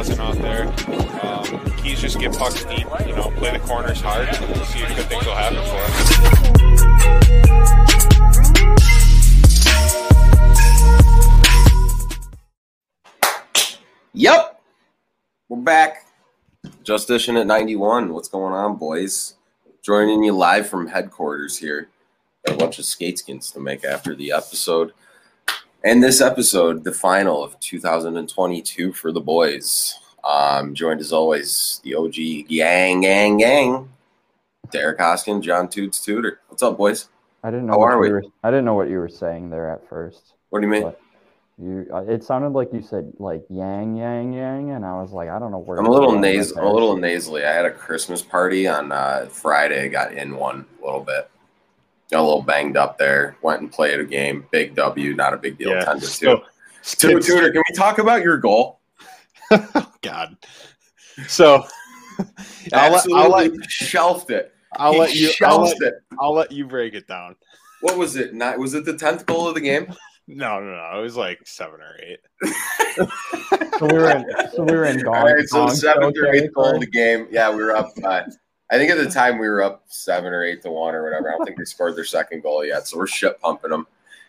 there. Um, keys just get pucks deep, you know, play the corners hard, and see if good things will happen for us. Yep. We're back. Justician at 91. What's going on, boys? Joining you live from headquarters here. Got a bunch of skateskins to make after the episode. And this episode, the final of 2022 for the boys. Um, joined as always, the OG gang, gang, gang. Derek Hoskin, John Toots Tudor. What's up, boys? I didn't know How what are you we? were, I didn't know what you were saying there at first. What do you mean? What? You uh, it sounded like you said like yang yang yang and I was like I don't know where I'm a you're little going with nasal. I'm a this. little nasally. I had a Christmas party on uh, Friday. Got in one a little bit. Got a little banged up there. Went and played a game. Big W. Not a big deal. Yeah. Ten to So, two. Two Tudor. Can we talk about your goal? God. So I'll, let- Absolutely I'll let shelved it. I'll He let you I'll shelved let, it. I'll let you break it down. What was it? Not was it the tenth goal of the game? No, no, no. It was like seven or eight. So we were in so we were in gong. All right, so Gong seventh Show or eighth goal of the territory. game. Yeah, we were up. Uh, I think at the time we were up seven or eight to one or whatever. I don't think they scored their second goal yet, so we're shit pumping them.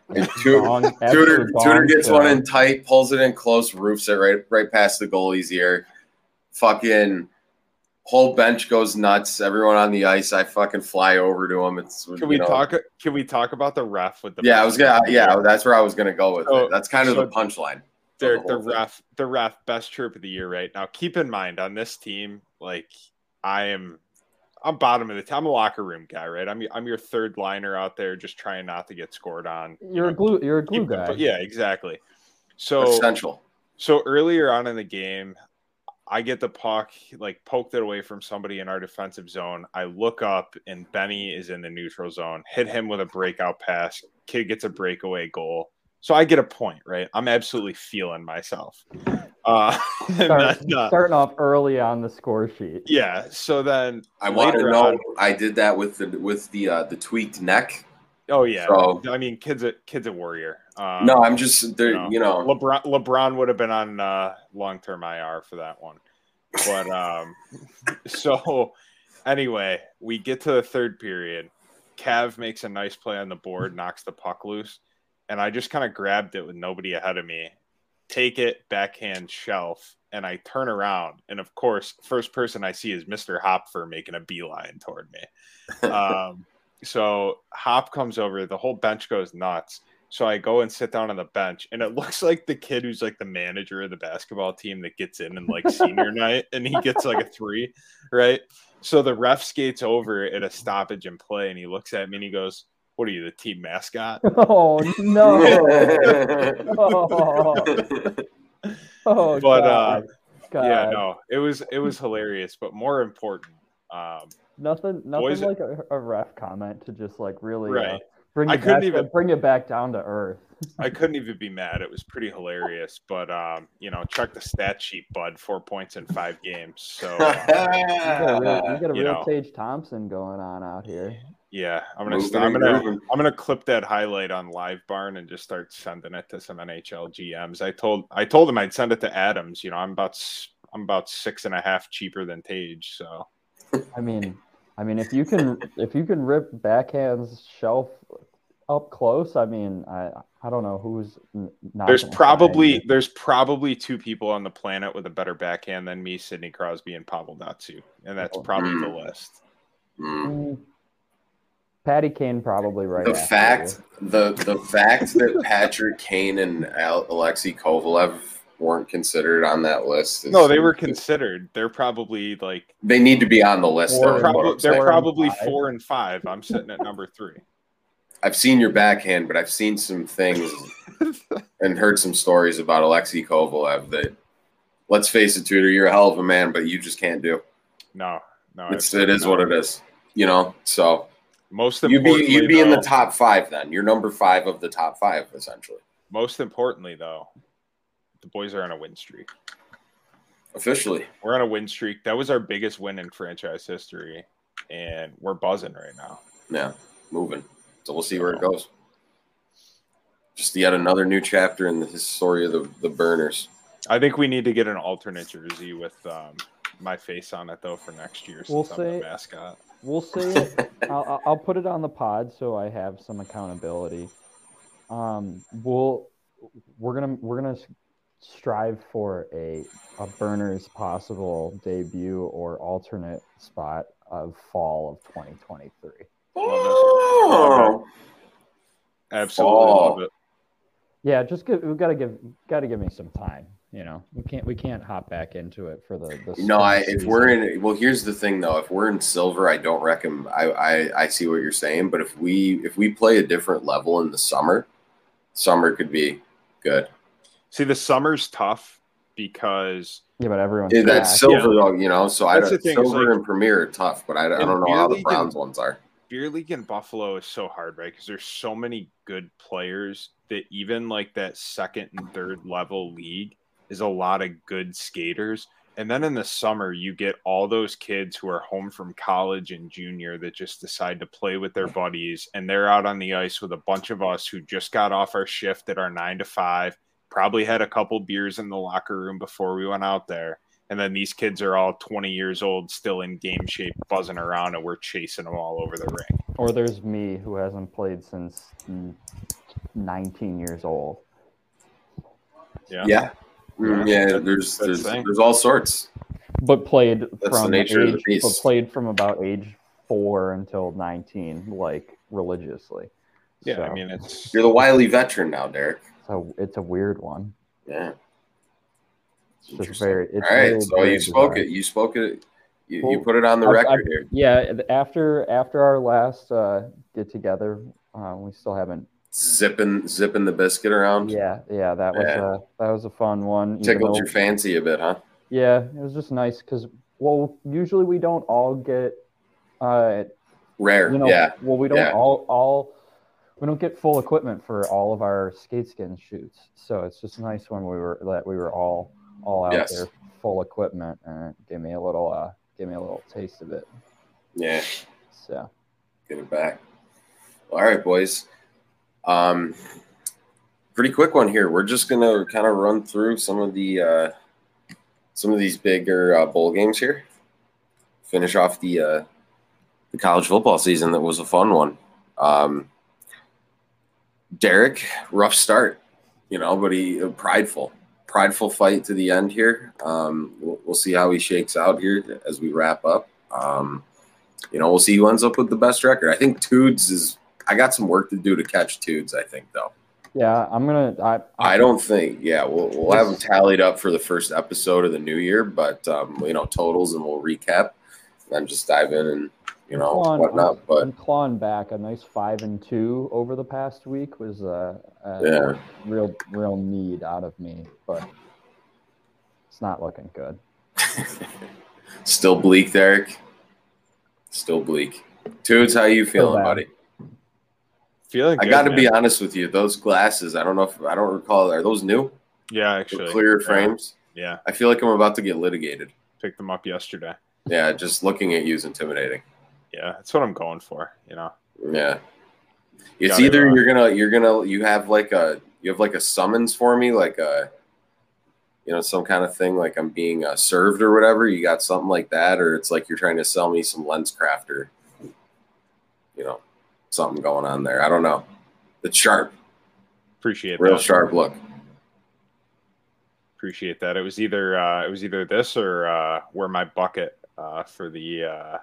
And two, Gong- Tudor, absolute gong Tudor gets show. one in tight, pulls it in close, roofs it right right past the goalie's ear. Fucking whole bench goes nuts. Everyone on the ice, I fucking fly over to him. It's Can we you know- talk can we talk about the ref with the Yeah, I was gonna. Yeah, that's where I was gonna go with So- it. That's kind of so- the punchline. Derek, the the whole thing. ref, the ref, best chirp of the year right now. Keep in mind on this team, like I am, I'm bottom of the. T- I'm a locker room guy, right? I'm I'm your third liner out there, just trying not to get scored on. You're a glue you're a glue Keep the- guy. yeah, exactly. So Essential. so earlier on in the game, I get the puck, like poked it away from somebody in our defensive zone. I look up and Benny is in the neutral zone, hit him with a breakout pass. Kid gets a breakaway goal. So I get a point, right? I'm absolutely feeling myself. Uh, and Start- then, uh, starting off early on the score sheet. yeah. So then, I want to later know. on- I did that with the with the uh, the tweaked neck. oh yeah. So- I mean, kid's a kid's a warrior. Um, No, I'm just there. no. You know, LeBron LeBron would have been on uh, long term IR for that one. But um, so anyway, we get to the third period. Cav makes a nice play on the board, knocks the puck loose, and I just kind of grabbed it with nobody ahead of me. Take it backhand shelf, and I turn around, and of course, first person I see is Mister Hopfer making a beeline toward me. Um, so Hop comes over, the whole bench goes nuts. So I go and sit down on the bench, and it looks like the kid who's like the manager of the basketball team that gets in and like senior night, and he gets like a three, right? So the ref skates over at a stoppage and play, and he looks at me and he goes, "What are you, the team mascot?" Oh no. oh, oh, But, uh, God. God. Yeah, no, it was it was hilarious, but more important, um, Nothing, nothing Boys- like a, a ref comment to just like really uh, Right. bring I it couldn't back, even- bring it back down to earth. I couldn't even be mad. It was pretty hilarious, but um, you know, check the stat sheet, bud. Four points in five games. So uh, You got a real, you got a you real know. Tage Thompson going on out here. yeah, I'm gonna Moving start, I'm and gonna grooving. I'm gonna clip that highlight on Live Barn and just start sending it to some NHL GMs. I told I told him I'd send it to Adams. You know, I'm about s- I'm about six and a half cheaper than Tage. So I mean, I mean, if you can, if you can rip backhands shelf up close, I mean, I, I don't know who's n- not. there's gonna probably find- there's probably two people on the planet with a better backhand than me, Sidney Crosby and Pavel Datsu, and Oh. that's probably the list. Mm. Mm, Patty Kane probably right. the after fact you. the the fact that Patrick Kane and Al- Alexei Kovalev weren't considered on that list. Is, No, they were considered. They're probably like They need to be on the list. Or though, they're, is prob- what probably I'm saying. they're Four and probably five. four and five. I'm sitting at number three. I've seen your backhand, but I've seen some things and heard some stories about Alexei Kovalev that. Let's face it, Tudor, you're a hell of a man, but you just can't do. No, no, It's, it absolutely is what not. it is, you know. So Most you'd be importantly, you'd be in though- the top five then. You're number five of the top five, essentially, Most importantly, though, the boys are on a win streak. officially. We're on a win streak. That was our biggest win in franchise history, and we're buzzing right now. Yeah, moving. So we'll see where it goes. Just yet another new chapter in the his story of the, the burners. I think we need to get an alternate jersey with um, my face on it though for next year. Since We'll I'm say- the mascot. We'll see. It. I'll, I'll- I'll put it on the pod so I have some accountability. Um, we'll we're gonna we're gonna s- strive for a a burner's possible debut or alternate spot of fall of 2023. Oh, Absolutely love it. Yeah, just give, we gotta give gotta give me some time. You know, we can't we can't hop back into it for the. the you know, I, spring if we're season. in, well, here's the thing though. If we're in silver, I don't reckon. I, I, I see what you're saying, but if we, if we play a different level in the summer, summer could be good. See, the summer's tough because yeah, but everyone's Yeah, back. that's silver, though, you know. So I That's don't, the thing, it's silver like- and premier are tough, but I, I And don't know how the Beerleague bronze and- ones are. beer league in Buffalo is so hard, right? Because there's so many good players that even like that second and third level league is a lot of good skaters. And then in the summer, you get all those kids who are home from college and junior that just decide to play with their buddies and they're out on the ice with a bunch of us who just got off our shift at our nine to five, probably had a couple beers in the locker room before we went out there. And then these kids are all 20 years old, still in game shape, buzzing around, and we're chasing them all over the ring. Or there's me who hasn't played since mm, 19 years old. Yeah. Yeah, Mm, yeah. Yeah. there's, That's there's, the thing. there's all sorts. but played the from nature of age, the beast. but played from about age four until nineteen, like religiously. Yeah, so, I mean, it's You're the wily veteran now, Derek. so it's a weird one. Yeah. It's just Interesting. very. It's all very, right. So very you spoke bizarre. it. You spoke it. You, you Well, put it on the I've- record I've- here. Yeah, th- after after our last uh, get together, uh, we still haven't. Zipping, zipping the biscuit around. Yeah, yeah, that was Yeah. a that was a fun one. even Tickled though- your fancy a bit, huh? Yeah, it was just nice because well, usually we don't all get uh, Rare. you know, yeah. well, we don't yeah. all all we don't get full equipment for all of our skate skin shoots, so it's just nice when we were that we were all all out Yes. there full equipment, and it gave me a little uh, gave me a little taste of it. Yeah. So Get it back. All right, boys. Um, pretty quick one here. We're just gonna kind of run through some of the uh, some of these bigger uh, bowl games here. Finish off the uh, the college football season. That was a fun one. Um, Derek, rough start, you know, but he a prideful, prideful fight to the end here. Um, we'll, we'll see how he shakes out here as we wrap up. Um, you know, we'll see who ends up with the best record. I think Toods is. I got some work to do to catch Toods. I think though. yeah, I'm gonna. I I don't think. Yeah, we'll we'll have them tallied up for the first episode of the new year, but um, you know totals, and we'll recap, and then just dive in and you know Come on, whatnot. But I'm clawing back a nice five and two over the past week was a, a yeah, real real need out of me, but it's not looking good. still bleak, Derek. Still bleak. Toods, how you feeling, bad. buddy? feeling. I good, got to be man. honest with you. Those glasses, I don't know if I don't recall. Are those new? Yeah, The actually. clear Yeah. frames. Yeah, I feel like I'm about to get litigated. picked them up yesterday. Yeah, just looking at you is intimidating. Yeah, that's what I'm going for. You know, Yeah. It's Gotta, either uh, you're gonna you're gonna you have like a you have like a summons for me, like a you know, some kind of thing like I'm being uh, served or whatever. You got something like that, or it's like you're trying to sell me some lens crafter, you know, something going on there. I don't know. It's sharp, appreciate real that. sharp look. Appreciate that. It was either uh, it was either this or uh, where my bucket uh, for the uh,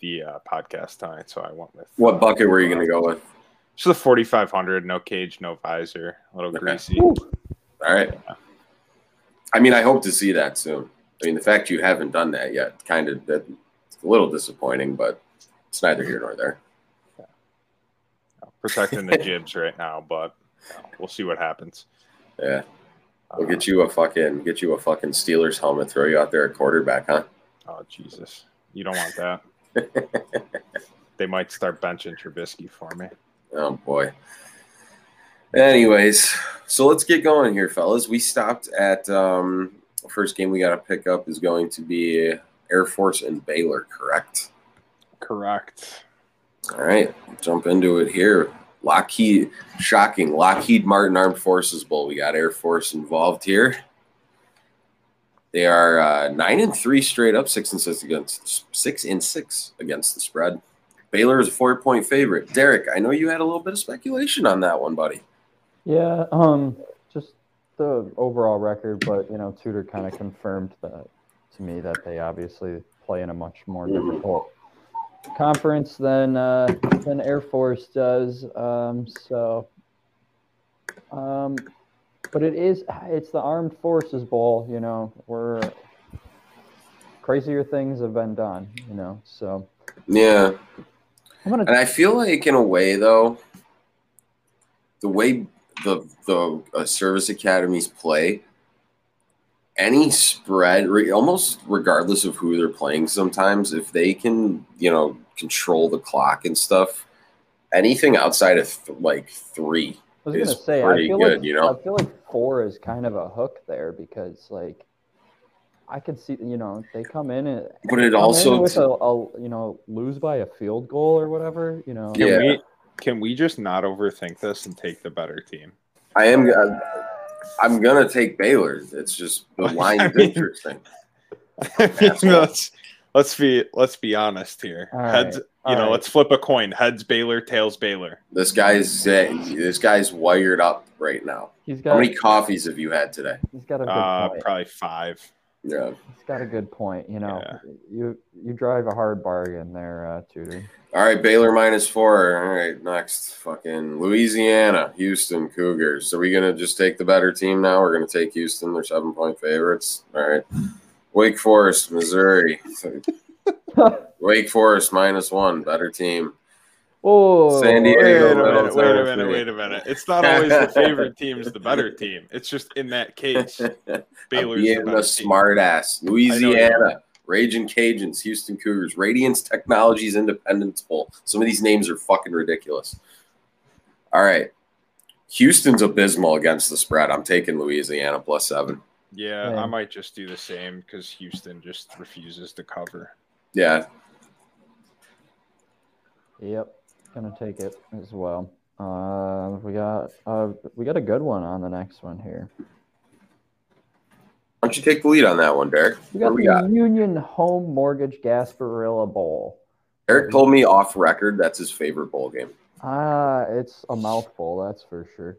the uh, podcast tonight. So I went with What bucket were you gonna go with? Just the 4500, no cage, no visor, a little Okay. greasy. All right. I mean, I hope to see that soon. I mean, the fact you haven't done that yet, kind of, that it's a little disappointing, but it's neither here nor there. Protecting the jibs right now, but you know, we'll see what happens. Yeah. We'll Uh, get you a fucking get you a fucking Steelers helmet, throw you out there at quarterback, huh? Oh Jesus, you don't want that. they might start benching Trubisky for me. Oh boy. Anyways, so let's get going here, fellas. We stopped at um first game we gotta pick up is going to be Air Force and Baylor, correct? Correct. All right, jump into it here. Lockheed, shocking. Lockheed Martin Armed Forces Bowl. We got Air Force involved here. They are uh, nine and three straight up, six and six against six and six against the spread. Baylor is a four point favorite. Derek, I know you had a little bit of speculation on that one, buddy. Yeah, um, just the overall record, but you know, Tudor kind of confirmed that to me that they obviously play in a much more difficult conference than uh, than Air Force does. Um, so, um, but it is it's the Armed Forces Bowl. You know, we're crazier things have been done. You know, so Yeah. I'm gonna. And I feel like, in a way, though, the way the the uh, service academies play, any spread, re- almost regardless of who they're playing, sometimes if they can, you know, control the clock and stuff, anything outside of th- like three, I was gonna is say, I pretty feel good, like you know? I feel like four is kind of a hook there because like I can see, you know, they come in and but it come in also with a, a you know lose by a field goal or whatever, you know. Can Yeah. we can we just not overthink this and take the better team? I am. uh, I'm gonna take Baylor. It's just the line I is mean- interesting. I mean, Asshole. let's let's be let's be honest here. All Heads, all you know, right. let's flip a coin. Heads Baylor, tails Baylor. This guy's eh, this guy's wired up right now. He's How got many coffees have you had today? he's got a good Uh, point. probably five. Yeah. He's got a good point, you know. Yeah. You you drive a hard bargain there, uh, Tudor. All right, Baylor minus four. All right, next fucking Louisiana, Houston Cougars. Are we gonna just take the better team now? We're gonna take Houston. They're seven point favorites. All right. Wake Forest, Missouri. Wake Forest minus one, better team. Oh, San Wait a Diego, minute, Reynolds, wait a Iowa minute, City. wait a minute. It's not always the favorite team's the better team. It's just in that case, Baylor's the being better the smart ass. Louisiana, Raging Cajuns, Houston Cougars, Radiance Technologies, Independence Bowl. Some of these names are fucking ridiculous. All right. Houston's abysmal against the spread. I'm taking Louisiana plus seven. team. Yeah, Yeah. I might just do the same because Houston just refuses to cover. Yeah. Yep, gonna take it as well. Uh, we got uh, we got a good one on the next one here. Why don't you take the lead on that one, Derek? We What got do we the got? Union Home Mortgage Gasparilla Bowl. Derek told me off record that's his favorite bowl game. Ah, it's a mouthful, that's for sure.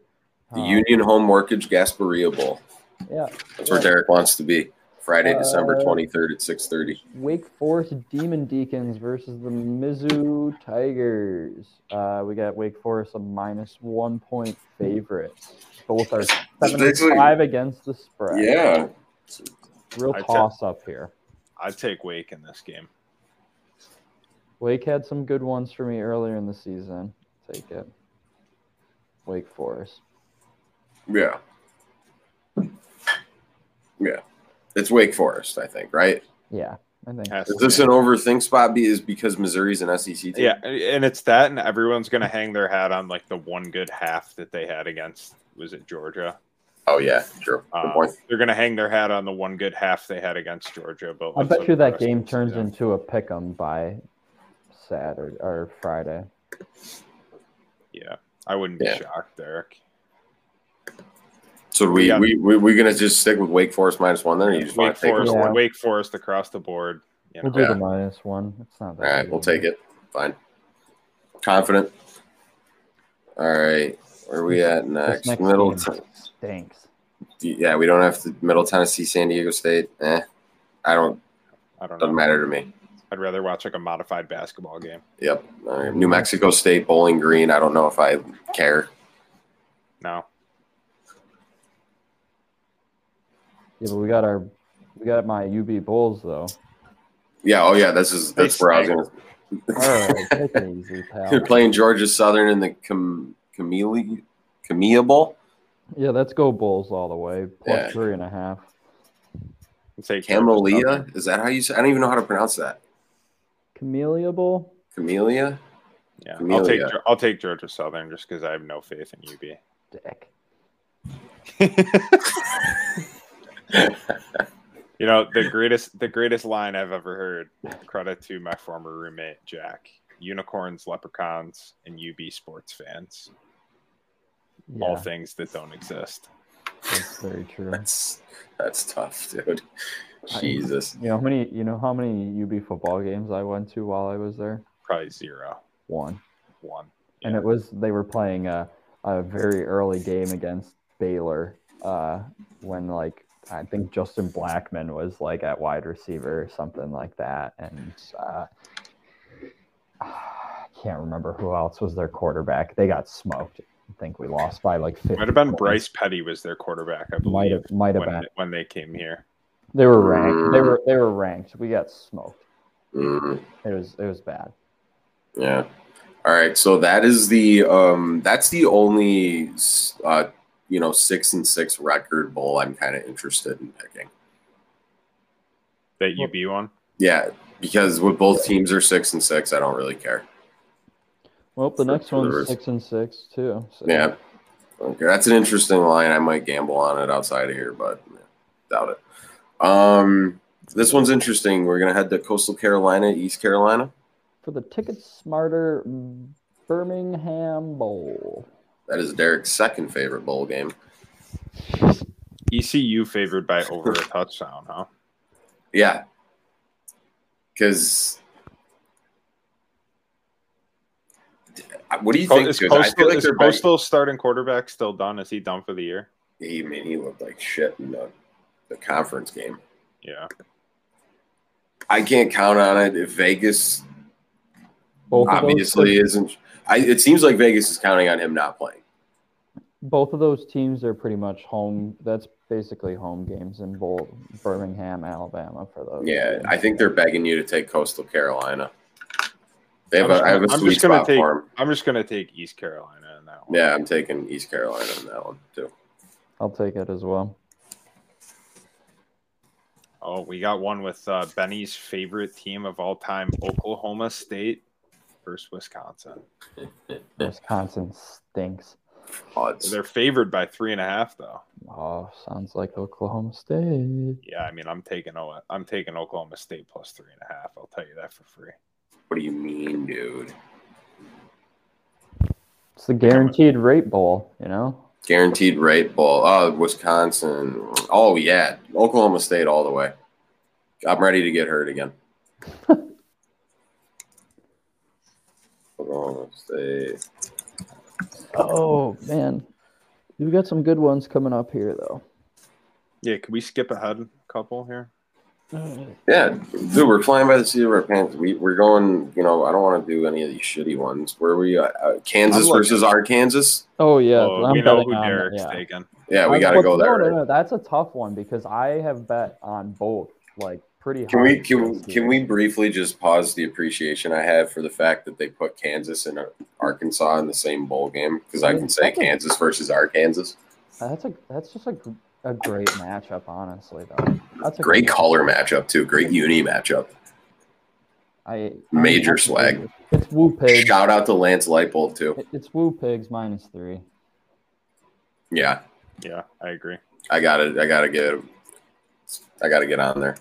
The Um, Union Home Mortgage Gasparilla Bowl. Yeah. That's where Derek wants to be. Friday, December Uh, 23rd at 6.30. Wake Forest Demon Deacons versus the Mizzou Tigers. Uh, we got Wake Forest a minus one point favorite. Both are seven and basically- five against the spread. Yeah. Real I te- toss up here. I'd take Wake in this game. Wake had some good ones for me earlier in the season. Take it. Wake Forest. Yeah. Yeah. It's Wake Forest, I think, right? Yeah, I think. Has Is to this be. an overthink spot be is because Missouri's an SEC team? Yeah, and it's that, and everyone's gonna hang their hat on like the one good half that they had against was it Georgia? Oh yeah, sure. Good Um, point. they're gonna hang their hat on the one good half they had against Georgia. But I let's bet look you at the that rest of game the turns season. into a pick 'em by Saturday or Friday. Yeah, I wouldn't be Yeah. shocked, Derek. So we Yeah. we we we gonna just stick with Wake Forest minus one then or you just want Wake to take Forest, it? Yeah. Wake Forest across the board. You know, We'll do Yeah. the minus one. It's not that. All right, big we'll of a- take it. Fine. Confident. All right. Where are we at This next? next Middle game Ten- stinks. yeah, we don't have to Middle Tennessee, San Diego State. Eh. I don't I don't doesn't know. matter to me. I'd rather watch like a modified basketball game. Yep. All right. New Mexico State, Bowling Green. I don't know if I care. No, Yeah, but we got our we got my UB Bulls though. Yeah. Oh, yeah. This is that's where I was going. All right, take it easy, pal. They're playing Georgia Southern in the Cam- Camille Camille Bowl. Yeah, let's go Bulls all the way. Plus Yeah. three and a half. I'd say Georgia's covered. Camellia. Is that how you say? I don't even know how to pronounce that. Camellia Bowl. Camellia. Yeah, I'll take Camellia. Ge- I'll take Georgia Southern just because I have no faith in UB. Dick. You know the greatest the greatest line I've ever heard. Credit to my former roommate Jack. unicorns, leprechauns, and UB sports fans. Yeah, All things that don't exist. that's very true. That's that's tough, dude. Jesus. You know how many? You know how many UB football games I went to while I was there? Probably zero. One, One. and Yeah. it was they were playing a a very early game against Baylor uh, when like. I think Justin Blackman was like at wide receiver or something like that, and uh, I can't remember who else was their quarterback. They got smoked. I think we lost by like. 50 Might have been points. Bryce Petty was their quarterback, I Might believe, have might have when, been. when they came here. They were ranked. Mm. They were they were ranked. We got smoked. Mhm. It was it was bad. Yeah. All right. So that is the um that's the only s- uh you know six and six record bowl I'm kind of interested in picking. That UB one. Yeah, because with both teams are six and six, I don't really care. Well, the For- next for the one's rest. six and six too. So Yeah. Okay, that's an interesting line. I might gamble on it outside of here, but doubt it. Um, this one's interesting. We're gonna head to Coastal Carolina, East Carolina. for the ticket smarter Birmingham Bowl. That is Derek's second favorite bowl game. ECU E favored by over a touchdown, huh? Yeah, because what do you think? Oh, is dude? I feel Coastal, like is they're Coastal's starting quarterback still done? Is he done for the year? He, I mean, he looked like shit in the, the conference game. Yeah. I can't count on it. If Vegas Both Of obviously those, isn't, I, it seems like Vegas is counting on him not playing. both of those teams are pretty much home. That's basically home games in bowl Birmingham, Alabama for those. Yeah, games. I think they're begging you to take Coastal Carolina. They have I'm a, just I have a gonna- I'm sweet just gonna spot take- for 'em. I'm just gonna take East Carolina in that one. Yeah, I'm taking East Carolina on that one too. I'll take it as well. Oh, we got one with uh, Benny's favorite team of all time, Oklahoma State versus Wisconsin. Wisconsin stinks. Odds. They're favored by three and a half, though. Oh, sounds like Oklahoma State. Yeah, I mean, I'm taking O- I'm taking Oklahoma State plus three and a half. I'll tell you that for free. What do you mean, dude? It's the guaranteed rate bowl, you know. Guaranteed rate ball. Oh, Wisconsin. Oh yeah, Oklahoma State all the way. I'm ready to get hurt again. Oklahoma State. Oh man, you've got some good ones coming up here though. Yeah, can we skip ahead a couple here? Mm. Yeah, dude, we're flying by the seat of our pants. We, we're going, you know, I don't want to do any of these shitty ones. Where we at? Uh, Kansas I'm looking. versus Arkansas? Oh yeah, Oh, I'm we know betting who on it, Derek's yeah. taking. Yeah, we Uh, got to but go no, there. No, right? no, that's a tough one because I have bet on both, like pretty. Can high we can, this can year. we briefly just pause the appreciation I have for the fact that they put Kansas and Arkansas in the same bowl game? Because I can say Kansas versus Arkansas. That's a that's just a, gr- a great matchup, honestly. Though that's a Great good- color matchup too. Great uni matchup. I Major I'm- swag. It's Woo Pigs. Shout out to Lance Leipold too. It- It's Woo Pigs minus three. Yeah, Yeah, I agree. I got to I got to get. I got to get on there.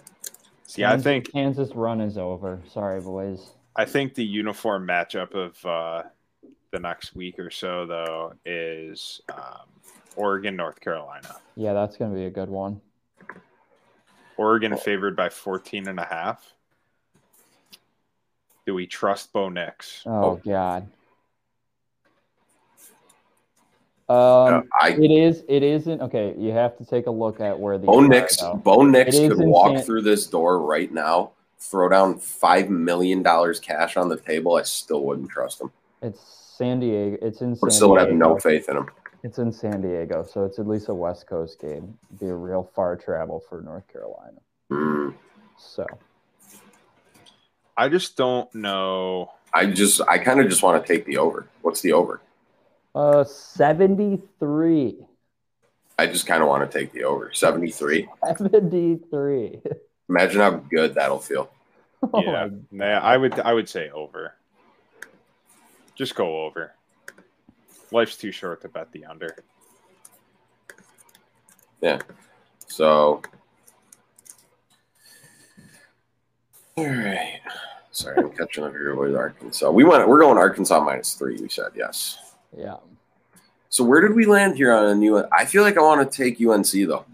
See, I Kansas- think Kansas run is over. Sorry, boys. I think the uniform matchup of uh, the next week or so, though, is um, Oregon, North Carolina. Yeah, that's gonna be a good one. Oregon Oh. favored by 14 and a half. Do we trust Bo Nix? Oh God. Um, I it is. It isn't. Okay, you have to take a look at where the Bo odds are, Nix, though. Bo Nix It is could walk insane. through this door right now, throw down five million dollars cash on the table. I still wouldn't trust him. It's San Diego. It's in. I San still would have no Diego. faith in him. It's in San Diego, so it's at least a West Coast game. Be a real far travel for North Carolina. Mm. So I just don't know. I just I kind of just want to take the over. What's the over? uh, seventy three. I just kind of want to take the over. 73. 73. Imagine how good that'll feel. Oh yeah, my- nah, I would. I would say over. Just go over. Life's too short to bet the under. So All right. Sorry, I'm catching up here with Arkansas. We went. We're going Arkansas minus three. We said yes. Yeah. So where did we land here on a new? I feel like I want to take UNC though.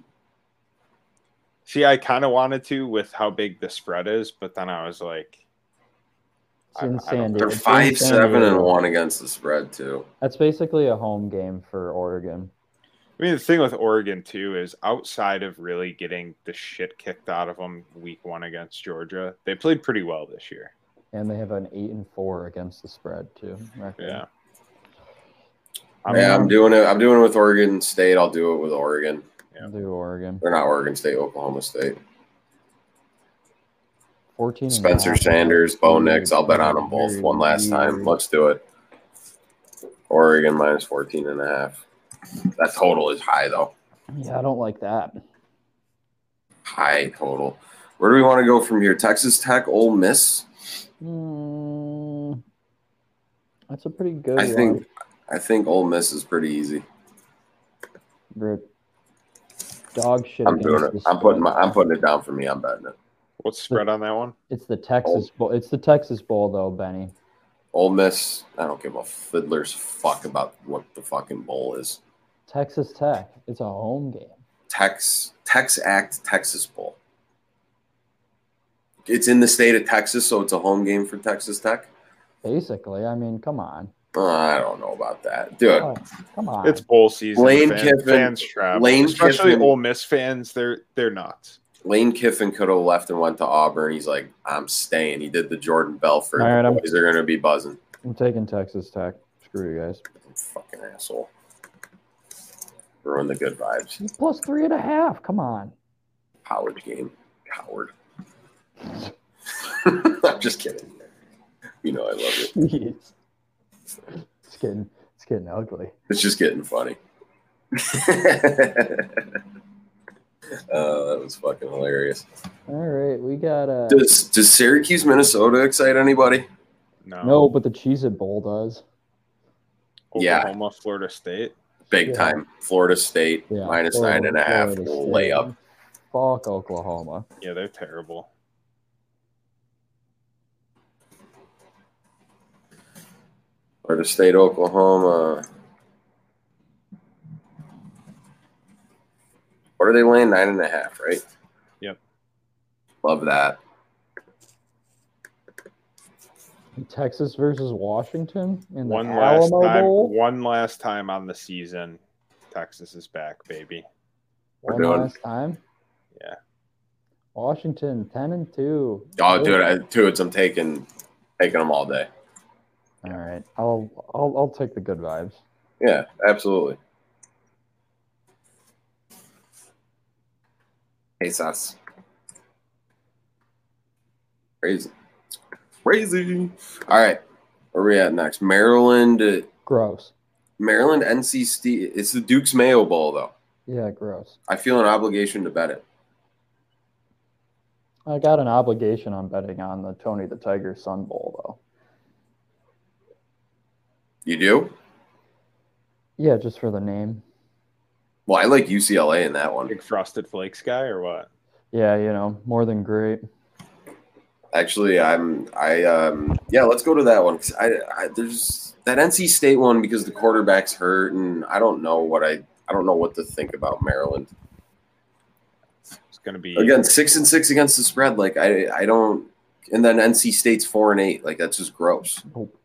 See, I kind of wanted to with how big the spread is, but then I was like, It's I- I in don't- San Diego. They're It's in five, San seven, and Diego. one against the spread too. That's basically a home game for Oregon. I mean, the thing with Oregon too is outside of really getting the shit kicked out of them week one against Georgia, they played pretty well this year. And they have an eight and four against the spread too. record. Yeah. I'm, yeah, I'm doing it. I'm doing it with Oregon State. I'll do it with Oregon. Yeah. Do Oregon. They're not Oregon State, Oklahoma State. Fourteen. and a Spencer half. Sanders, Bo Hmm. Nix. I'll bet on them both Very one last time. weird. Let's do it. Oregon minus 14 and a half. That total is high, though. Yeah, I don't like that. High total. Where do we want to go from here? Texas Tech, Ole Miss. Mm, that's a pretty good. I think one. I think Ole Miss is pretty easy. Rip. Dog shit. I'm against doing the it. I'm spread. putting my I'm putting it down for me. I'm betting it. What's the spread on that one? It's the Texas Bowl. It's the Texas Bowl, though, Benny. Ole Miss. I don't give a fiddler's fuck about what the fucking bowl is. Texas Tech. It's a home game. Tex Tex Act Texas Bowl. It's in the state of Texas, so it's a home game for Texas Tech. Basically, I mean, come on, Uh, I don't know about that, dude. Oh, come on. It's bowl season. Lane Fan- Kiffin- fans travel, Lane especially Kiffin- Ole Miss fans. They're they're nuts. Lane Kiffin could have left and went to Auburn. He's like, I'm staying. He did the Jordan Belfort. All right, the I'm- boys are gonna be buzzing. I'm taking Texas Tech. Screw you guys. Fucking asshole. Ruin the good vibes. It's plus three and a half. Come on. Howard game. Howard. I'm just kidding. You know I love it. Jeez. It's getting it's getting ugly. It's just getting funny. uh, that was fucking hilarious. All right, we got uh Does does Syracuse, Minnesota excite anybody? No, no, but the Cheez It Bowl does. Yeah. Oklahoma, Florida State. Big Yeah. time. Florida State Yeah, minus Florida- nine and a half Florida will State. lay up. Fuck Oklahoma. Yeah, they're terrible. Florida State, Oklahoma. What are they laying? Nine and a half, right? Yep. Love that. Texas versus Washington in the One last Alamo time. Bowl. One last time on the season. Texas is back, baby. We're One doing- last time. Yeah. Washington ten and two. Oh, dude, I, dudes, I'm taking taking them all day. All right, I'll I'll I'll take the good vibes. Yeah, absolutely. Hey, Sauce. Crazy. Crazy. All right. Where we at next? Maryland, uh, Gross. Maryland, NC State. It's the Duke's Mayo Bowl, though. Yeah, gross. I feel an obligation to bet it. I got an obligation on betting on the Tony the Tiger Sun Bowl though. You do? Yeah, just for the name. Well, I like UCLA in that one. Big Frosted Flakes guy or what? Yeah, you know, more than great. Actually, I'm. I um. Yeah, let's go to that one. 'cause I, I there's that NC State one because the quarterback's hurt, and I don't know what I. I don't know what to think about Maryland. It's gonna be again six and six against the spread like i i don't and then nc state's four and eight like that's just gross Nope.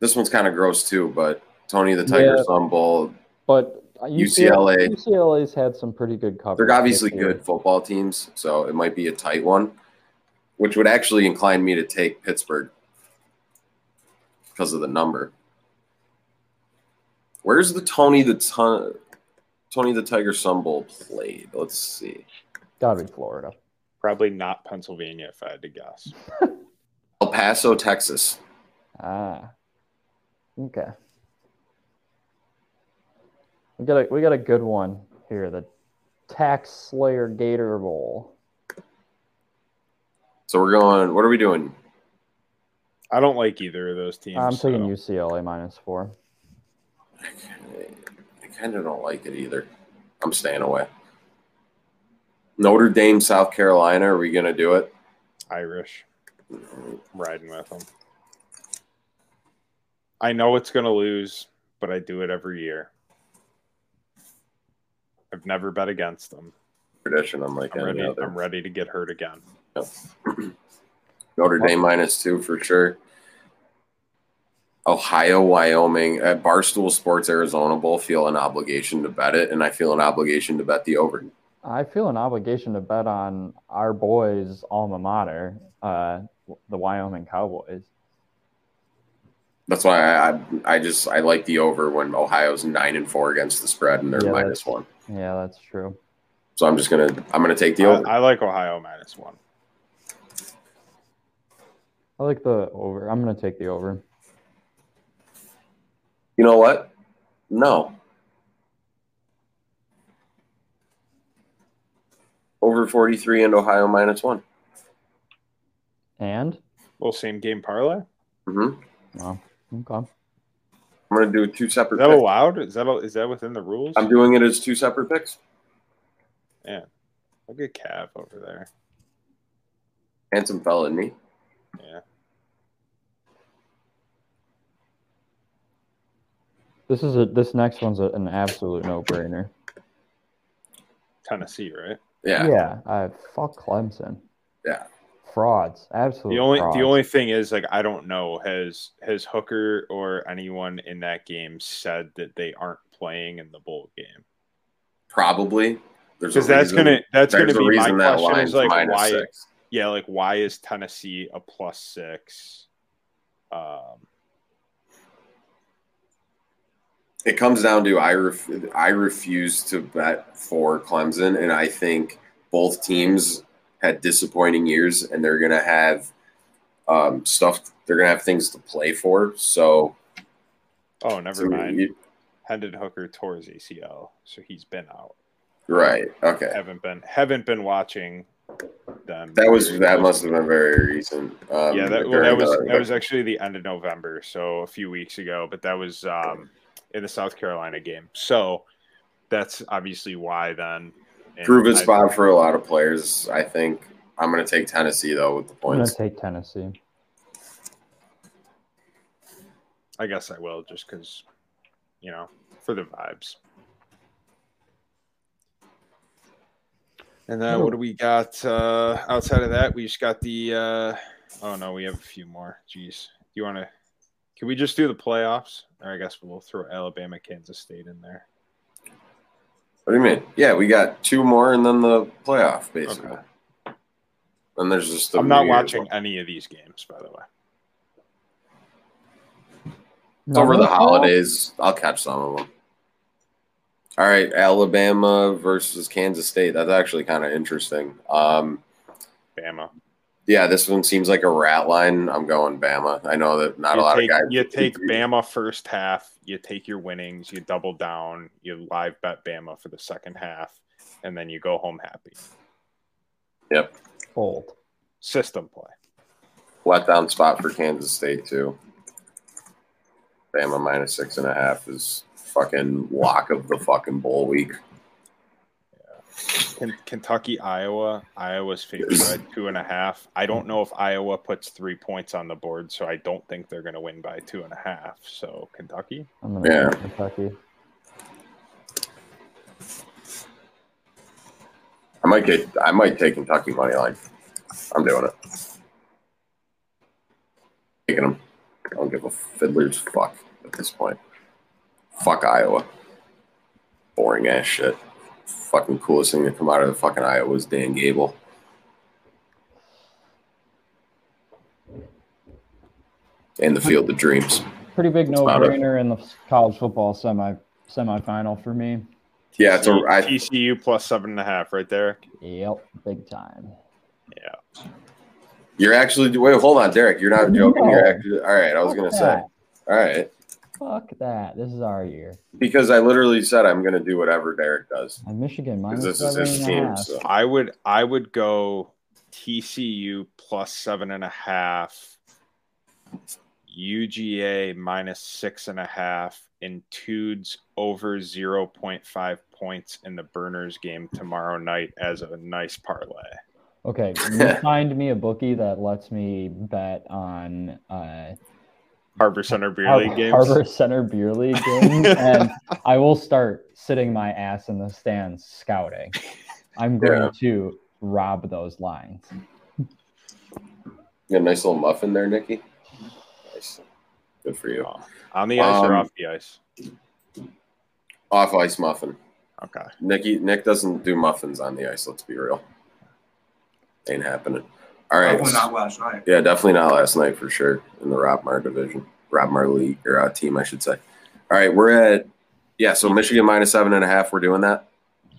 this one's kind of gross too but tony the tigers on bowl But uh, UCLA. UCLA's had some pretty good coverage. they're obviously this year. good football teams so it might be a tight one which would actually incline me to take pittsburgh because of the number where's the tony the ton Tony the Tiger Sun Bowl played. Let's see. Gotta be Florida. probably not Pennsylvania if I had to guess. El Paso, Texas. Ah. Okay. We got a we got a good one here. The Tax Slayer Gator Bowl. So we're going. What are we doing? I don't like either of those teams. I'm taking so- UCLA minus four. I kind of don't like it either. I'm staying away. Notre Dame, South Carolina. Are we gonna do it? Irish. riding with them. I know it's going to lose, but I do it every year. I've never bet against them. Tradition, unlike I'm any ready. other. I'm ready to get hurt again. Notre Dame minus two for sure. Ohio, Wyoming at Barstool Sports Arizona Bowl feel an obligation to bet it, and I feel an obligation to bet the over. I feel an obligation to bet on our boys' alma mater, uh, the Wyoming Cowboys. That's why I, I I just I like the over when Ohio's nine and four against the spread and they're Yeah, minus one. Yeah, that's true. So I'm just gonna I'm gonna take the I, over. I like Ohio minus one. I like the over. I'm going to take the over. you know what? No. Over 43 and Ohio minus one. And? Little same game parlay. hmm I'm Wow. Okay. gonna do two separate. Is that picks. allowed? Is that is that within the rules? I'm doing it as two separate picks. Look at Cav over there. Handsome fella, isn't he? Yeah. This is a this next one's a, an absolute no brainer. Tennessee, right? Yeah. Yeah. Uh, fuck Clemson. Yeah. Frauds. Absolutely. The only the only thing is like I don't know has has Hooker or anyone in that game said that they aren't playing in the bowl game Probably. There's because that's gonna that's there's gonna a be my reason that question line's is like minus why six. yeah like why is Tennessee a plus six? Um, It comes down to I ref- I refuse to bet for Clemson, and I think both teams had disappointing years, and they're gonna have um, stuff. They're gonna have things to play for. So, oh, never so mind. you- Hendon Hooker tore his ACL, so he's been out. right? Okay. Haven't been haven't been watching them. That was that must have been very recent. Um, yeah that, well, during that was the- that was actually the end of november so a few weeks ago but that was um in the south carolina game so that's obviously why then and proven I- spot for a lot of players. I think I'm gonna take Tennessee though with the I'm going points. to take Tennessee. i guess i will just because you know for the vibes and then what do we got uh outside of that we just got the uh oh no we have a few more jeez do you want to can we just do the playoffs or i guess we'll throw alabama kansas state in there What do you mean? Yeah, we got two more and then the playoff basically. Okay. And there's just the I'm not New Year's watching one. any of these games, by the way. It's over No, the no. holidays. I'll catch some of them. All right, Alabama versus Kansas State. That's actually kind of interesting. Um, Bama. yeah, this one seems like a rat line. I'm going Bama. I know that not you a lot take, of guys. you take Bama first half, you take your winnings, you double down, you live bet Bama for the second half, and then you go home happy. Bold. System play. letdown spot for Kansas State too. Bama minus six and a half is fucking lock of the fucking bowl week. Ken- Kentucky, Iowa. Iowa's favored by two and a half. I don't know if Iowa puts three points on the board, so I don't think they're going to win by two and a half. So Kentucky. I'm going to Yeah. take Kentucky. I might get I might take Kentucky money line. I'm doing it. Taking them. I don't give a fiddler's fuck at this point. Fuck Iowa. Boring ass shit. Fucking coolest thing to come out of the fucking Iowa is Dan Gable. And the field of dreams. Pretty big no about it. brainer in the college football semi semifinal for me. Yeah, it's a, I, TCU plus seven and a half right there. Yep. Big time. Yeah. you're actually wait. Hold on, Derek. You're not joking. You're actually all right. I was Fuck gonna say that. all right. Fuck that. This is our year. Because I literally said I'm going to do whatever Derek does. And Michigan Because minus this is seven his and a team. half. So. I would I would go TCU plus seven and a half, UGA minus six and a half, and Tudes over zero point five points in the Burners game tomorrow night as a nice parlay. Okay, you find me a bookie that lets me bet on uh, Harbor Center Beer Har- League games. Harbor Center Beer League games, and I will start sitting my ass in the stands scouting. I'm going Yeah. to rob those lines. You got a nice little muffin there, Nikki. Nice. Good for you. On the ice or Um, off the ice? Off ice muffin. Okay. Nicky Nick doesn't do muffins on the ice. Let's be real. Ain't happening. All right. Probably not last night. Yeah, definitely not last night for sure in the Rob Mar division, Rob Mar league or uh, team, I should say. All right, we're at yeah. So Michigan minus seven and a half. We're doing that.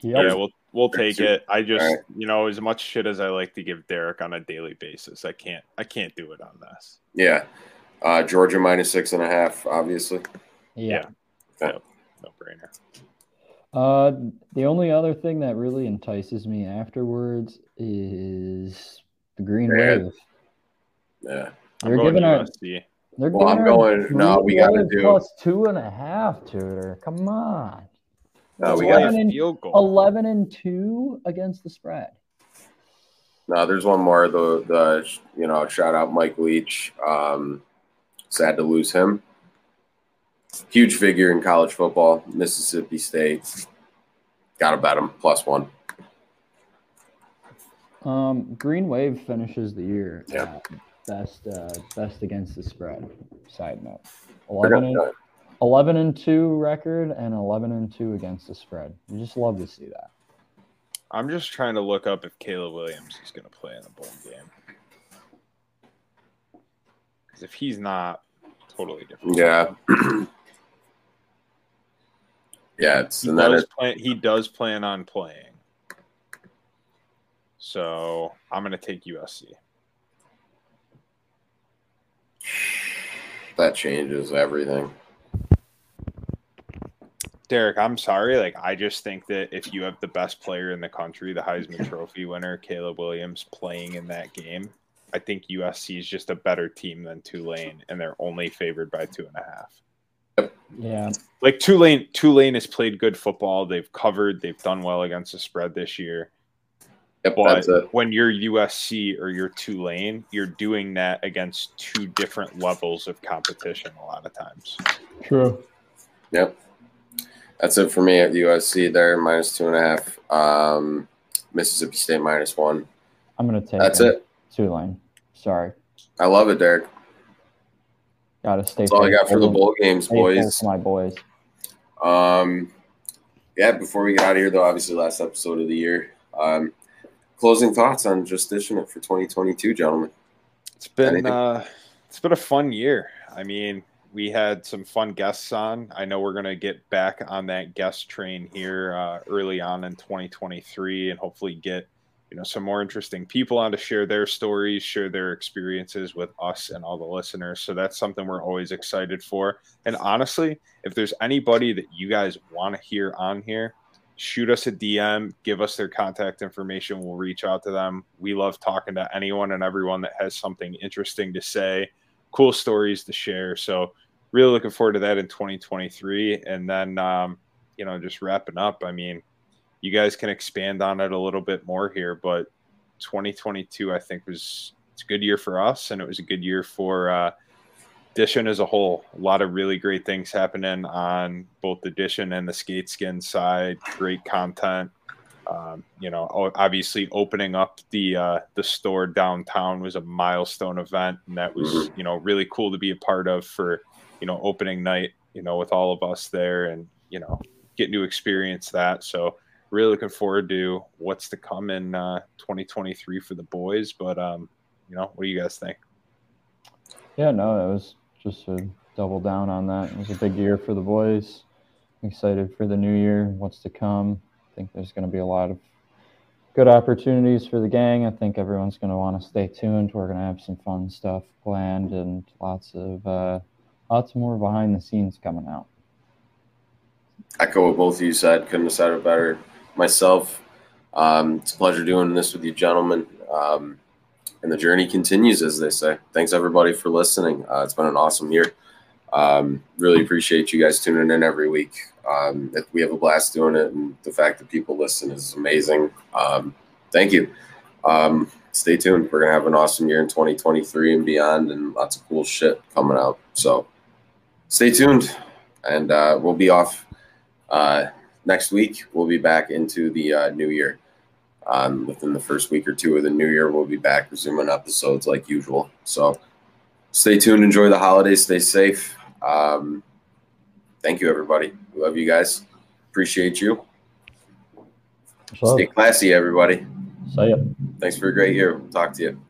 Yeah, we'll we'll take it. I just Alright. you know as much shit as I like to give Derek on a daily basis, I can't I can't do it on this. Yeah, uh, Georgia minus six and a half. Obviously, Yeah. No brainer. Uh, the only other thing that really entices me afterwards is the Green Yeah. Wave. yeah. I'm They're going giving our- USC. They're Well, I'm giving our going- no, we Green gotta Wave do- plus two and a half, Tudor. Come on, No, Oh, we It's only got gotta- a field goal. eleven and two against the spread. no. There's one more. The the you know shout out Mike Leach. Um, sad to lose him. Huge figure in college football. Mississippi State. Got to bet him plus one. Um, Green Wave finishes the year Yeah. at best uh, best against the spread. Side note, They're 11 gonna- and, 11 and 2 record and 11 and 2 against the spread. You just love to see that. I'm just trying to look up if Caleb Williams is going to play in the bowl game. Because if he's not, totally different. Yeah. yeah, it's he and then does, it, plan, he does plan on playing. So I'm going to take USC. that changes everything. Derek, I'm sorry. Like, I just think that if you have the best player in the country, the Heisman Trophy winner, Caleb Williams, playing in that game, I think USC is just a better team than Tulane, and they're only favored by two and a half. Yeah. like Tulane Tulane has played good football. They've covered, they've done well against the spread this year. Yep, But- that's it. When you're USC or you're Tulane, you're doing that against two different levels of competition a lot of times. True. Yep. That's it for me at USC there, minus two and a half. Um, Mississippi State minus one. I'm going to take That's them. it. Tulane. Sorry. I love it, Derek. Got to stay That's all I got for the faithful- bowl games, faithful boys. to my boys. Um, yeah, before we get out of here, though, obviously, last episode of the year. Um, closing thoughts on just dishing it for 2022, gentlemen. It's been Anything? uh, it's been a fun year. I mean, we had some fun guests on. I know we're gonna get back on that guest train here uh, early on in 2023, and hopefully get you know some more interesting people on to share their stories, share their experiences with us and all the listeners. So that's something we're always excited for. And honestly, if there's anybody that you guys want to hear on here, shoot us a DM, give us their contact information. We'll reach out to them. We love talking to anyone and everyone that has something interesting to say, cool stories to share. So, really looking forward to that in 2023. And then, um, you know, just wrapping up, I mean, you guys can expand on it a little bit more here, but 2022, I think, was it's a good year for us, and it was a good year for uh, Dishon as a whole. A lot of really great things happening on both the Dishon and the Skate Skin side. Great content. Um, you know, o- obviously opening up the uh, the store downtown was a milestone event, and that was you know really cool to be a part of for you know opening night. You know, with all of us there, and you know getting to experience that. So really looking forward to what's to come in uh, 2023 for the boys. But um, you know, what do you guys think? Yeah, no, it was just a double down on that. It was a big year for the boys. excited for the new year, what's to come. I think there's going to be a lot of good opportunities for the gang. I think everyone's going to want to stay tuned. We're going to have some fun stuff planned and lots of uh, lots more behind the scenes coming out. echo what both of you said. Couldn't have said it better myself. Um, it's a pleasure doing this with you, gentlemen. Um, and the journey continues, as they say. Thanks, everybody, for listening. Uh, it's been an awesome year. Um, really appreciate you guys tuning in every week. Um, that we have a blast doing it, and the fact that people listen is amazing. Um, thank you. um, stay tuned. We're gonna have an awesome year in 2023 and beyond, and lots of cool shit coming out. So stay tuned, and uh, we'll be off uh, next week. We'll be back into the uh, new year. Um, within the first week or two of the new year, we'll be back resuming episodes like usual. So stay tuned. Enjoy the holidays. Stay safe. Um, thank you, everybody. We love you guys. Appreciate you. So, Stay classy, everybody. so yeah. Thanks for a great year. We'll talk to you.